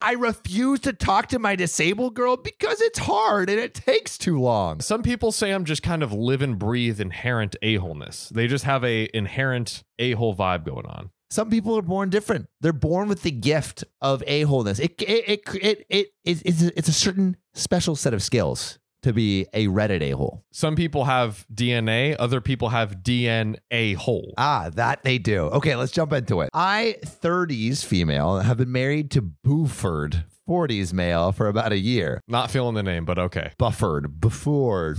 I refuse to talk to my disabled girl because it's hard and it takes too long. Some people say I'm just kind of live and breathe inherent a-holeness. They just have a inherent a-hole vibe going on. Some people are born different. They're born with the gift of a wholeness. It it it it, it, it it's, a, it's a certain special set of skills to be a Reddit a hole. Some people have DNA, other people have DNA hole. Ah, that they do. Okay, let's jump into it. I, 30s female, have been married to Buford, 40s male, for about a year. Not feeling the name, but okay. Bufford, Buford.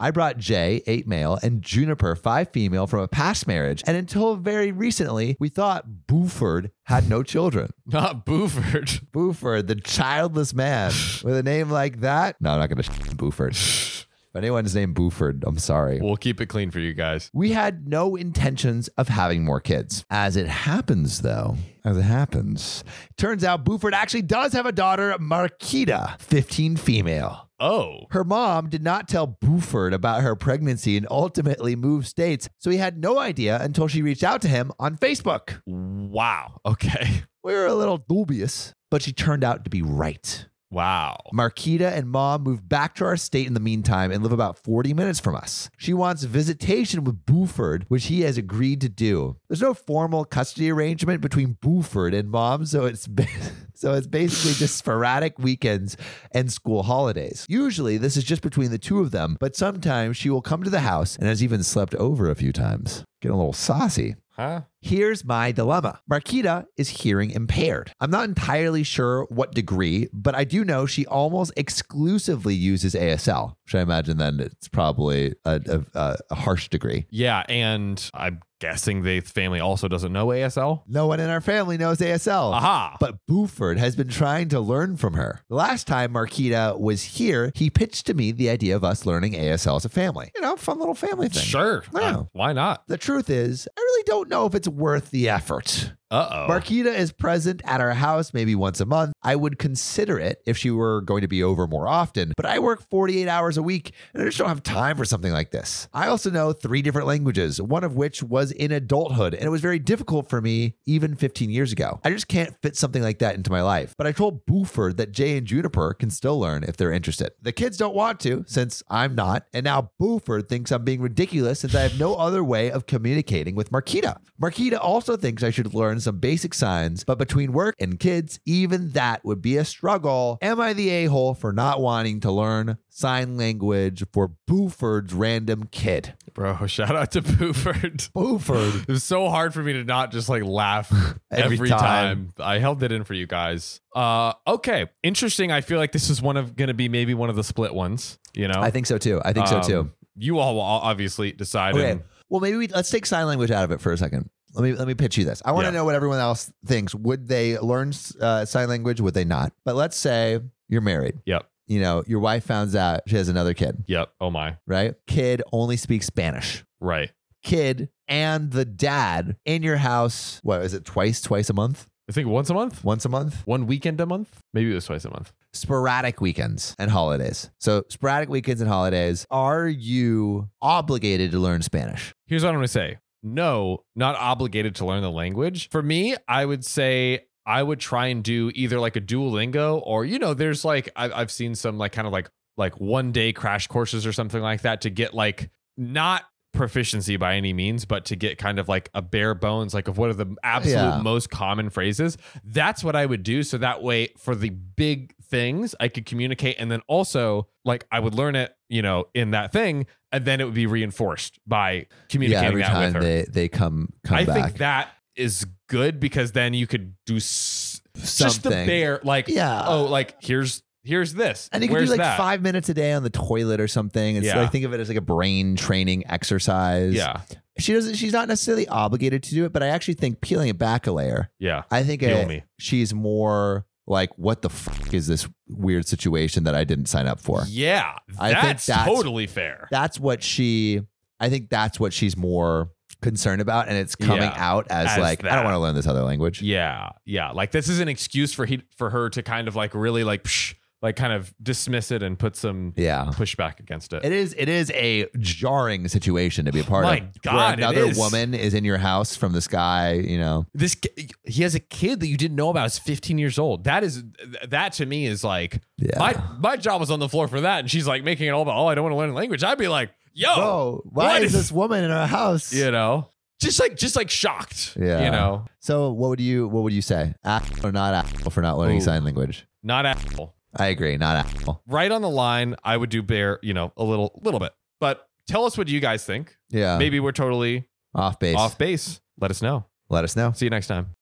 I brought Jay, eight male, and Juniper, five female, from a past marriage. And until very recently, we thought Buford had no children. Not Buford. Buford, the childless man with a name like that. No, I'm not going to Buford. If anyone's named Buford, I'm sorry. We'll keep it clean for you guys. We had no intentions of having more kids. As it happens, though, as it happens, turns out Buford actually does have a daughter, Marquita, 15 female. Oh. Her mom did not tell Buford about her pregnancy and ultimately moved states, so he had no idea until she reached out to him on Facebook. Wow. Okay. We were a little dubious, but she turned out to be right. Wow. Marquita and mom moved back to our state in the meantime and live about 40 minutes from us. She wants visitation with Buford, which he has agreed to do. There's no formal custody arrangement between Buford and mom, so it's ba- so it's basically just sporadic weekends and school holidays. Usually this is just between the two of them, but sometimes she will come to the house and has even slept over a few times. Getting a little saucy. Huh? Here's my dilemma Marquita is hearing impaired. I'm not entirely sure what degree, but I do know she almost exclusively uses ASL, which I imagine then it's probably a, a, a harsh degree. Yeah, and I'm guessing the family also doesn't know ASL. No one in our family knows ASL. Aha. Oh. But Buford has been trying to learn from her. The last time Marquita was here, he pitched to me the idea of us learning ASL as a family. You know, fun little family thing. Sure. No. Uh, why not? The truth is, I really don't know if it's worth the effort. Uh oh. Marquita is present at our house maybe once a month. I would consider it if she were going to be over more often, but I work 48 hours a week and I just don't have time for something like this. I also know three different languages, one of which was in adulthood, and it was very difficult for me even 15 years ago. I just can't fit something like that into my life. But I told Buford that Jay and Juniper can still learn if they're interested. The kids don't want to since I'm not, and now Buford thinks I'm being ridiculous since I have no other way of communicating with Marquita. Marquita also thinks I should learn some basic signs, but between work and kids, even that would be a struggle. Am I the a hole for not wanting to learn sign language for Buford's random kid? Bro, shout out to Buford. Buford. It was so hard for me to not just like laugh Every every, time. I held it in for you guys. Uh, okay, interesting. I feel like this is one of going to be maybe one of the split ones. You know, I think so too. I think so too. You all will obviously decide. Okay. and- Well, maybe we, let's take sign language out of it for a second. Let me let me pitch you this. I want to Yeah. know what everyone else thinks. Would they learn uh, sign language? Would they not? But let's say you're married. Yep. You know, your wife finds out she has another kid, Yep. Oh my. right? Kid only speaks Spanish. Right. Kid and the dad in your house. What is it? Twice, twice a month, I think once a month, once a month, one weekend a month. Maybe it was twice a month. sporadic weekends and holidays. So sporadic weekends and holidays. Are you obligated to learn Spanish? Here's what I'm going to say. No, not obligated to learn the language. For me, I would say I would try and do either like a Duolingo or, you know, there's like, I've, I've seen some like kind of like, like one day crash courses or something like that to get like not proficiency by any means, but to get kind of like a bare bones, like of what are the absolute Yeah. most common phrases. That's what I would do. So that way, for the big things, I could communicate. And then also, like, I would learn it, you know, in that thing. And then it would be reinforced by communicating every that time with her. they they come come I back. think that is good because then you could do s- just the Something. bare, like, Yeah. oh, like, here's. Here's this. And you can Where's do like that? five minutes a day on the toilet or something. And so Yeah. I think of it as like a brain training exercise. Yeah. She doesn't she's not necessarily obligated to do it, but I actually think peeling it back a layer, Yeah. I think Peel it- me. she's more like, what the fuck is this weird situation that I didn't sign up for? Yeah. I think That's, that's- totally fair. That's what she I think that's what she's more concerned about. And it's coming Yeah. out as, As like, I don't that. want to learn this other language. Yeah, yeah. Like this is an excuse for he for her to kind of like really like psh, like kind of dismiss it and put some Yeah. pushback against it. It is it is a jarring situation to be a part My of. where God, it another is. woman is in your house from the sky, you know. This ki- he has a kid that you didn't know about. Is 15 years old. That is that to me is like Yeah. my my job was on the floor for that, and she's like making it all about oh I don't want to learn a language. I'd be like yo Whoa, why what is if- this woman in our house? you know just like just like shocked Yeah. you know So what would you what would you say? Asshole or not asshole for not learning Ooh. sign language? not apple. I agree, not asshole. right on the line, I would do bear, you know, a little little bit. But tell us what you guys think. Yeah. Maybe we're totally off Um, base. off base. Let us know. Let us know. See you next time.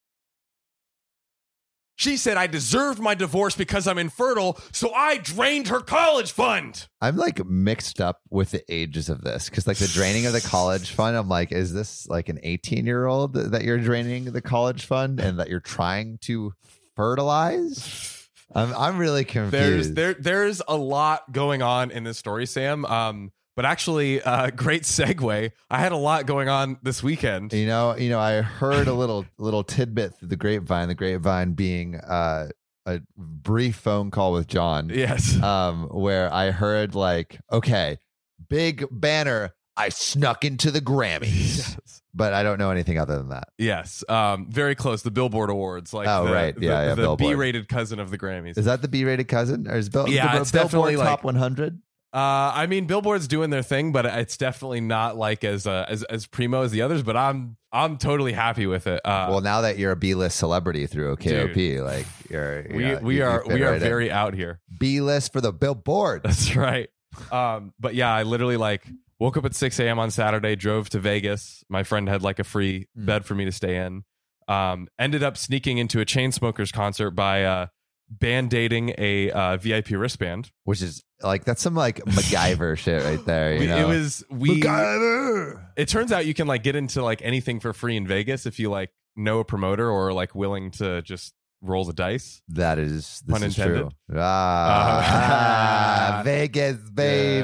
She said I deserved my divorce because I'm infertile, so I drained her college fund. I'm like mixed up with the ages of this because like the draining of the college fund, I'm like, is this like an 18 year old that you're draining the college fund and that you're trying to fertilize? I'm I'm really There's confused. there there's a lot going on in this story, Sam. Um, but actually, uh, great segue. I had a lot going on this weekend. you know, you know, I heard a little little tidbit through the grapevine. The grapevine being uh, a brief phone call with John. Yes. um, where I heard like, okay, big banner, I snuck into the Grammys, but I don't know anything other than that. Yes. Um, very close. The Billboard Awards, like Oh, the, right. Yeah, the, yeah, the Billboard. B-rated cousin of the Grammys. Uh, Is that the B-rated cousin, or is Bill? Yeah, the, it's Billboard definitely, like- top 100. Uh, I mean, Billboard's doing their thing, but it's definitely not like as uh, as as primo as the others. But I'm I'm totally happy with it. Uh, well, now that you're a B-list celebrity through OKOP, like you're, we yeah, we you- you are fit we are right in. very out here. B-list for the Billboard. That's right. Um, but yeah, I literally like woke up at 6 a.m. on Saturday, drove to Vegas. My friend had like a free Mm. bed for me to stay in. Um, ended up sneaking into a Chainsmokers concert by uh, band-aiding a uh, VIP wristband. Which is like that's some like MacGyver shit right there. You We- know? It was we. MacGyver. It turns out you can like get into like anything for free in Vegas if you like know a promoter or are, like willing to just roll the dice. That is this Pun is intended. true. Ah, Uh, ah, Vegas,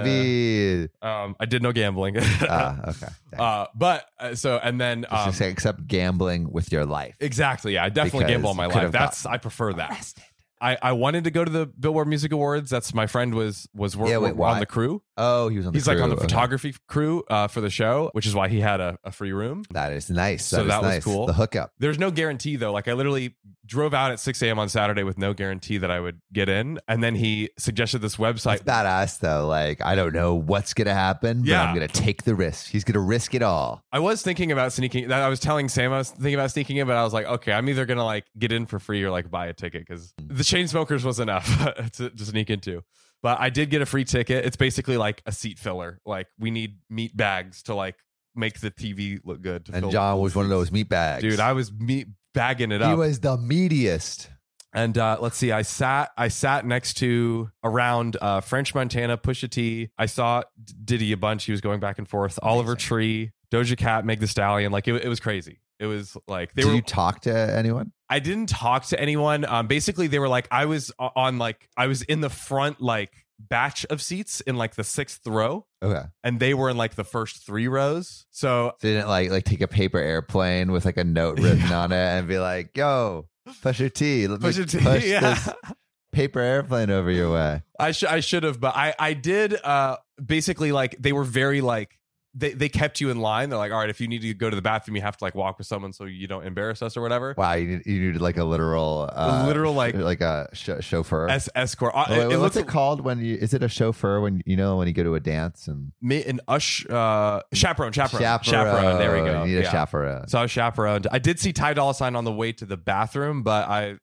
baby. Um, I did no gambling. Ah, okay. uh, but uh, so and then Just um, to say, except gambling with your life. Exactly. Yeah, I definitely Because gamble on my could life. have That's gotten I prefer that. I, I wanted to go to the Billboard Music Awards. That's my friend was was wor- Yeah, wait, were why? on the crew. Oh, he was on. He's the like on the crew. Okay. photography crew uh, for the show, which is why he had a, a free room. That is nice. So is that was nice. cool. The hookup. There's no guarantee though. Like I literally drove out at 6 a.m. on Saturday with no guarantee that I would get in, and then he suggested this It's website. badass though. Like I don't know what's gonna happen, but Yeah. I'm gonna take the risk. He's gonna risk it all. I was thinking about sneaking. That I was telling Sam I was thinking about sneaking in, but I was like, okay, I'm either gonna like get in for free or like buy a ticket because the chain smokers was enough to, to sneak into. But I did get a free ticket. It's basically like a seat filler. Like we need meat bags to like make the TV look good. To And fill John was one of those seats. meat bags. dude. I was meat bagging it he up. was the meatiest. and uh, let's see, I sat I sat next to around uh, French Montana, Pusha T. I saw D- Diddy a bunch. He was going back and forth. Oliver Amazing. Tree, Doja Cat, Meg The Stallion. Like it, it was crazy. It was like they Did were. you talk to anyone? I didn't talk to anyone. Um, basically, they were like, I was o- on like, I was in the front like batch of seats in like the sixth row, Okay. and they were in like the first three rows. So So you didn't like like take a paper airplane with like a note written Yeah. on it and be like, "Yo, push your T, let me push it. push yeah. this paper airplane over your way." I should I should have, but I I did. Uh, basically, like they were very like they they kept you in line. They're like, all right, if you need to go to the bathroom, you have to like walk with someone so you don't embarrass us or whatever. Wow, you need, you needed like a literal, uh, A literal, like- like a sh- chauffeur. Es- escort. Uh, Oh, wait, it, it what's it looks called when you? Is it a chauffeur when you know when you go to a dance and me an ush uh chaperone chaperone There we go. You need a Yeah. chaperone. So I was chaperoned. I did see Ty Dolla Sign on the way to the bathroom, but I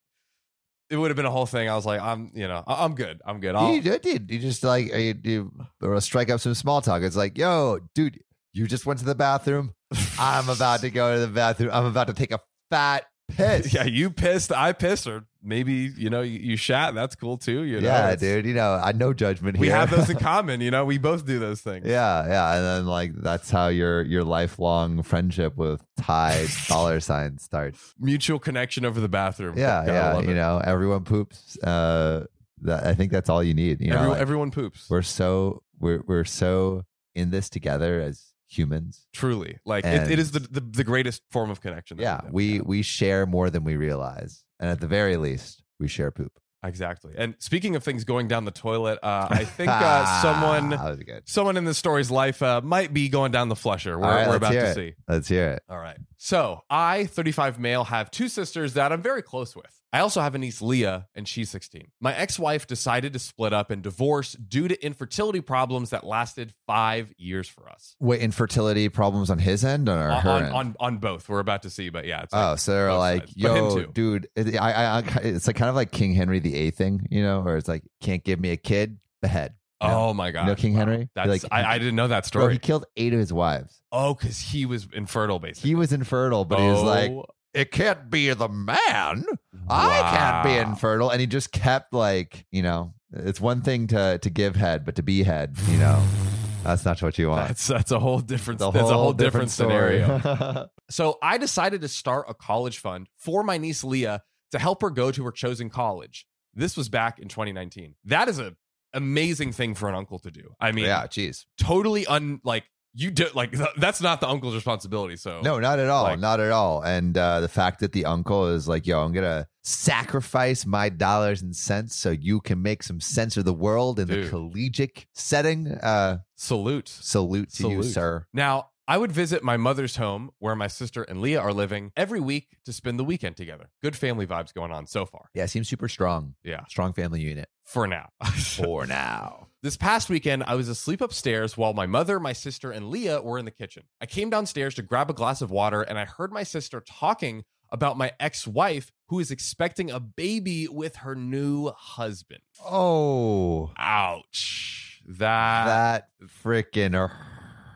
it would have been a whole thing. I was like, I'm you know, I- I'm good. I'm good. I'll, you did, dude. You just like uh, you, you or strike up some small talk. It's like, yo, dude, you just went to the bathroom. I'm about to go to the bathroom. I'm about to take a fat piss. yeah, you pissed, I pissed, or maybe you know you, you shat. That's cool too. You know, yeah, It's- dude. You know, I no judgment We here. have those in common. You know, we both do those things. yeah, yeah, and then like that's how your your lifelong friendship with Ty dollar sign starts. Mutual connection over the bathroom. Yeah, Gotta yeah. love You it. know, everyone poops. Uh, that, I think that's all you need. You know, Every- like, everyone poops. we're so we're we're so in this together as humans. Truly, like And- it, it is the, the the greatest form of connection. that Yeah, have. we we share more than we realize, and at the very least, we share poop. Exactly. And speaking of things going down the toilet, uh, I think uh, someone That was good. someone in this story's life uh, might be going down the flusher. We're, All right, we're let's about hear to it. see. Let's hear it. All right. So I, 35 male, have two sisters that I'm very close with. I also have a niece, Leah, and she's 16. My ex wife decided to split up and divorce due to infertility problems that lasted five years for us. Wait, infertility problems on his end or On, her on, end? on, on both. We're about to see, but yeah. It's like- oh, so they're both like, sides, but him yo, too." dude, it- I, I, I- it's like kind of like King Henry the VIII thing, you know, where it's like, can't give me a kid, the head. oh my God. King Henry? That's, Like- I, I didn't know that Bro, story. he killed eight of his wives. oh, because he was infertile, basically. He was infertile, but he was like, Oh, it can't be the man. I can't be wow. infertile. And he just kept like, you know, it's one thing to to give head, but to be head, you know, that's not what you want. That's, that's a whole different, It's a that's a whole different story. scenario. So I decided to start a college fund for my niece Leah to help her go to her chosen college. This was back in 2019. That is a amazing thing for an uncle to do. I mean, yeah, geez. totally un like you do like th- that's not the uncle's responsibility. So No, not at all. oh, Like- not at all. And uh, the fact that the uncle is like, yo, I'm going to sacrifice my dollars and cents so you can make some sense of the world in the Dude. collegiate setting. Uh, salute. salute to you, Salute. sir. Now, I would visit my mother's home where my sister and Leah are living every week to spend the weekend together. Good family vibes going on so far. Yeah, seems super strong. Yeah, Strong family unit for now. for now. This past weekend, I was asleep upstairs while my mother, my sister, and Leah were in the kitchen. I came downstairs to grab a glass of water and I heard my sister talking about my ex wife who is expecting a baby with her new husband. Oh. Ouch. That. that freaking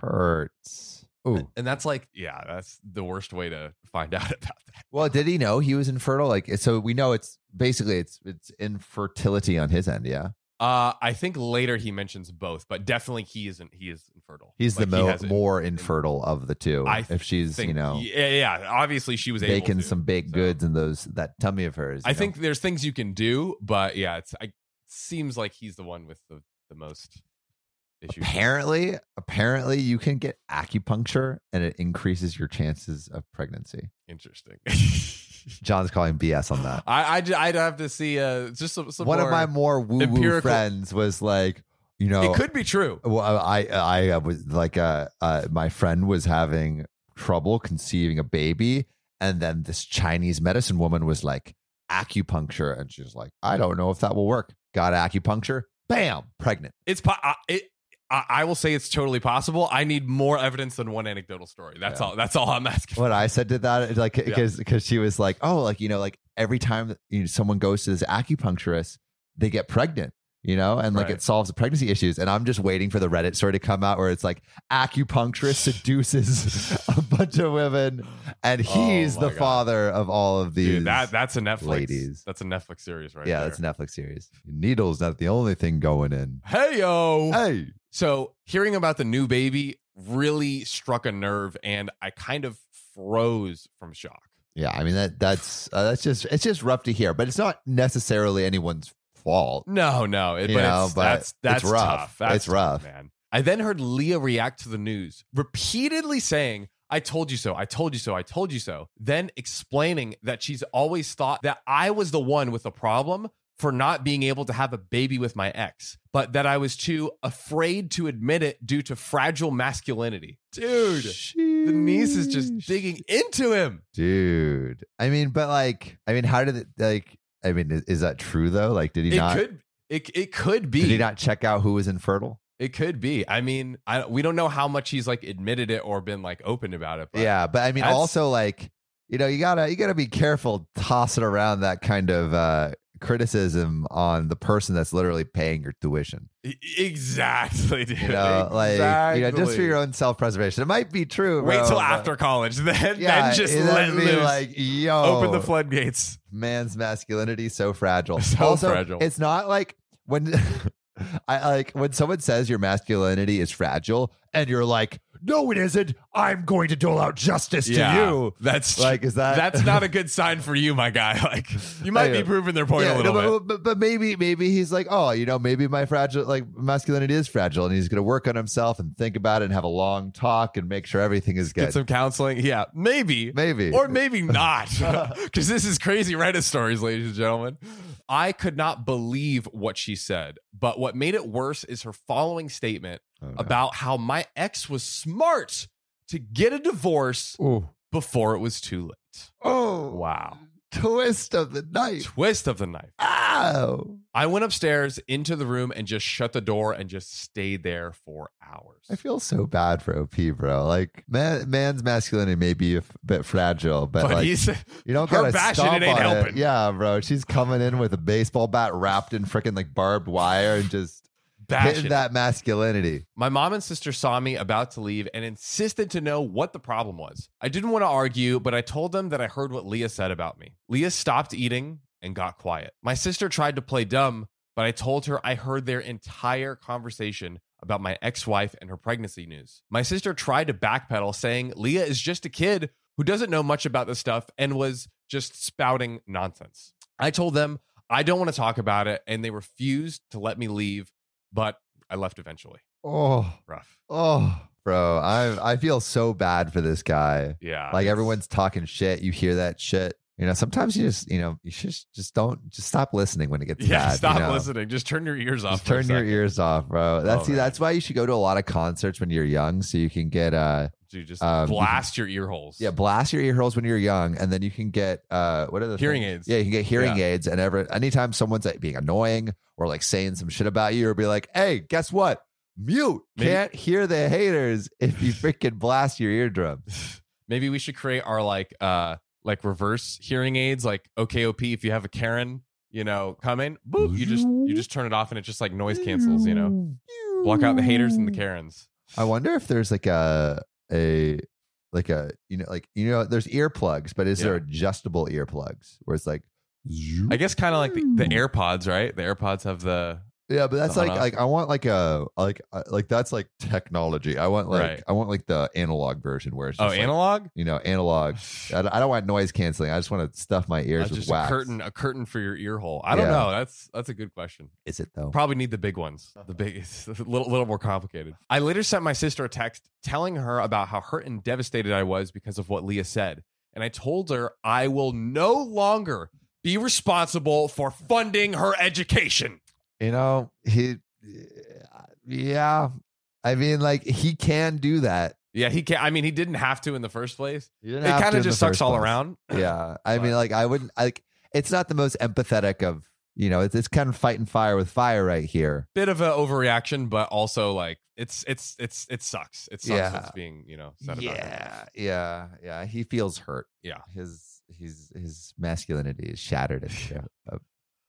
hurts. Ooh. and that's like, yeah, that's the worst way to find out about that. Well, did he know he was infertile? Like, so we know it's basically it's it's infertility on his end. Yeah, Uh, I think later he mentions both, but definitely he isn't. He is infertile. he's Like, the he mo- has it. more infertile of the two. I if she's Think- you know yeah, yeah. Obviously, she was able baking to, some baked so. goods in those that tummy of hers. I you know? think there's things you can do, but yeah, it's I seems like he's the one with the, the most issues. apparently apparently you can get acupuncture and it increases your chances of pregnancy. Interesting. John's calling BS on that. I I'd, I'd have to see uh just some, some One more, of my more woo woo empirical- friends was like, you know, It could be true. Well, I I I was like uh, uh my friend was having trouble conceiving a baby, and then this Chinese medicine woman was like acupuncture, and she's like, I don't know if that will work. Got acupuncture, bam, pregnant. It's po- I, it, I I will say it's totally possible. I need more evidence than one anecdotal story. That's Yeah. all. That's all I'm asking. What I said to that, like, because because she was like, oh, like you know, like every time you know, someone goes to this acupuncturist, they get pregnant. You know, and like Right. it solves the pregnancy issues. And I'm just waiting for the Reddit story to come out where it's like acupuncturist seduces a bunch of women and Oh he's my the God. father of all of these. Dude, that that's a Netflix. ladies. That's a Netflix series, right? yeah, there. that's a Netflix series. Needle's not the only thing going in. Hey yo. Hey, So, hearing about the new baby really struck a nerve, and I kind of froze from shock. yeah. I mean that that's uh, that's just it's just rough to hear, but it's not necessarily anyone's fault. No, no, it, You but, know, it's, but that's that's it's rough. tough. That's It's tough, rough. man. I then heard Leah react to the news, repeatedly saying, "I told you so. I told you so. I told you so." Then explaining that she's always thought that I was the one with the problem for not being able to have a baby with my ex, but that I was too afraid to admit it due to fragile masculinity. Dude, the niece is just Sheesh. digging into him. dude i mean but like i mean how did it like i mean is, is that true though like did he it not could it it could be did he not check out who was infertile it could be i mean i we don't know how much he's like admitted it or been like open about it but yeah but i mean That's- also like you know you gotta you gotta be careful tossing around that kind of uh criticism on the person that's literally paying your tuition E- exactly dude. you know like you know just for Exactly. your own self-preservation it might be true wait bro, till but- after college then yeah then just it'd let be loose like "Oh, yo open the floodgates man's masculinity is so fragile. So also, fragile. It's not like when I like when someone says your masculinity is fragile and you're like, no, it isn't. I'm going to dole out justice to Yeah. you. That's Like, uh, is that that's not a good sign for you, my guy. Like you might Yeah. be proving their point a no, little bit. but, but, but maybe maybe he's like, oh, you know, maybe my fragile like masculinity is fragile, and he's going to work on himself and think about it and have a long talk and make sure everything is Get good. some counseling. Yeah, maybe. maybe Or maybe not, because this is crazy Reddit stories, ladies and gentlemen. I could not believe what she said, but what made it worse is her following statement Oh, no. about how my ex was smart to get a divorce before it was too late. oh Wow. twist of the night. Twist of the knife. Ow! I went upstairs into the room and just shut the door and just stayed there for hours. I feel so bad for OP, bro. Like, man, man's masculinity may be a f- bit fragile, but, but like, he's you don't her gotta bashing stomp it ain't on helping. Yeah, bro. She's coming in with a baseball bat wrapped in freaking like barbed wire and just bashing. hitting that masculinity. My mom and sister saw me about to leave and insisted to know what the problem was. I didn't want to argue, but I told them that I heard what Leah said about me. Leah stopped eating and got quiet. My sister tried to play dumb, but I told her I heard their entire conversation about my ex wife and her pregnancy news. My sister tried to backpedal, saying Leah is just a kid who doesn't know much about this stuff and was just spouting nonsense. I told them I don't want to talk about it, and they refused to let me leave, but I left eventually. Oh, Rough. oh, bro. I I feel so bad for this guy. Yeah. Like it's- everyone's talking shit. You hear that shit. You know, sometimes you just, you know, you just just don't just stop listening when it gets Yeah, bad. you stop know? listening. Just turn your ears off. Just for a turn your second. ears off, bro. That's Oh, see, man. that's why you should go to a lot of concerts when you're young, so you can get uh Dude, just um, you can- blast your ear holes. yeah blast your ear holes when you're young, and then you can get uh what are the Hearing things? aids. Yeah, you can get hearing aids, and ever anytime someone's like being annoying or like saying some shit about you, or be like, hey, guess what? Mute. Maybe- Can't hear the haters if you freaking blast your eardrum. Maybe we should create our like uh like reverse hearing aids, like OKOP if you have a Karen, you know, coming, boop, you just you just turn it off and it just like noise cancels, you know. Block out the haters and the Karens. I wonder if there's like a a like a you know like you know there's earplugs, but is Yeah. there adjustable earplugs where it's like I guess kind of like the, the AirPods, right? The AirPods have the yeah, but that's Uh-huh. like like I want like a like uh, like that's like technology. I want like Right. I want like the analog version where it's oh just like, analog. you know analog. I don't, I don't want noise canceling. I just want to stuff my Uh, ears with just a wax. curtain, a curtain for your ear hole. I don't Yeah. know. That's that's a good question. Is it though? Probably need the big ones. The big, it's a little, little more complicated. I later sent my sister a text telling her about how hurt and devastated I was because of what Leah said. And I told her I will no longer be responsible for funding her education. you know he yeah. I mean like he can do that. Yeah, he can't. I mean, he didn't have to in the first place. You didn't It have kind to in of the just sucks first all place. around. yeah i But- mean like i wouldn't like it's not the most empathetic of you know it's, it's kind of fighting fire with fire right here Bit of an overreaction, but also like it's it's it's it sucks. It sucks. Yeah. It's being you know said about her. yeah yeah he feels hurt Yeah. his his his masculinity is shattered into a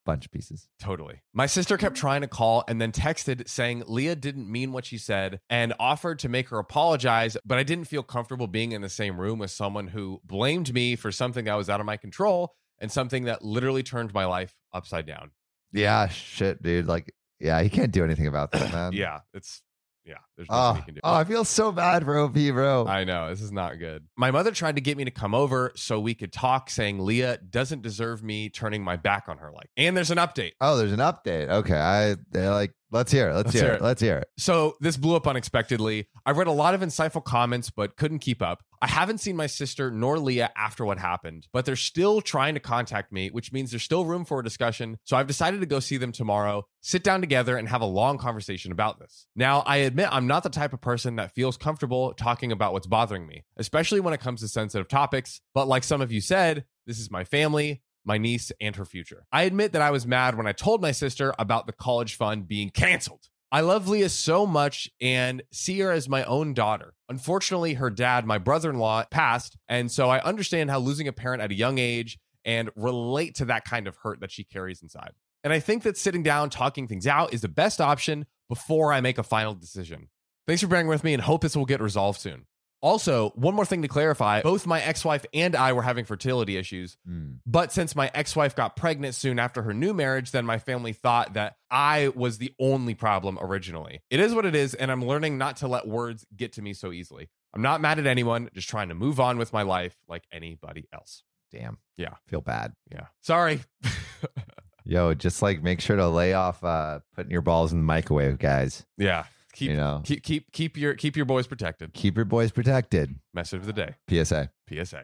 bunch of pieces Totally. My sister kept trying to call and then texted saying Leah didn't mean what she said and offered to make her apologize, but I didn't feel comfortable being in the same room with someone who blamed me for something that was out of my control and something that literally turned my life upside down. yeah shit dude like yeah he can't do anything about that man yeah, it's yeah, there's nothing oh, you can do. Um, oh i feel so bad for op bro I know this is not good. My mother tried to get me to come over so we could talk, saying Leah doesn't deserve me turning my back on her like. And there's an update. oh there's an update okay i they're like let's hear it let's, hear, it. let's hear it So this blew up unexpectedly. I read a lot of insightful comments, but couldn't keep up. I haven't seen my sister nor Leah after what happened, but they're still trying to contact me, which means there's still room for a discussion. So I've decided to go see them tomorrow, sit down together, and have a long conversation about this. Now, I admit I'm not the type of person that feels comfortable talking about what's bothering me, especially when it comes to sensitive topics. But like some of you said, this is my family. My niece and her future. I admit that I was mad when I told my sister about the college fund being canceled. I love Leah so much and see her as my own daughter. Unfortunately, her dad, my brother in law, passed. And so I understand how losing a parent at a young age and relate to that kind of hurt that she carries inside. And I think that sitting down, talking things out is the best option before I make a final decision. Thanks for bearing with me and hope this will get resolved soon. Also, one more thing to clarify both my ex wife and I were having fertility issues. Hmm. But since my ex wife got pregnant soon after her new marriage, then my family thought that I was the only problem originally. It is what it is, and I'm learning not to let words get to me so easily. I'm not mad at anyone, just trying to move on with my life like anybody else. Damn. Yeah. Feel bad. Yeah. Sorry. Yo, just like make sure to lay off uh, putting your balls in the microwave, guys. yeah. Keep, you know, keep keep keep your keep your boys protected. keep your boys protected. Message of the day. PSA. PSA.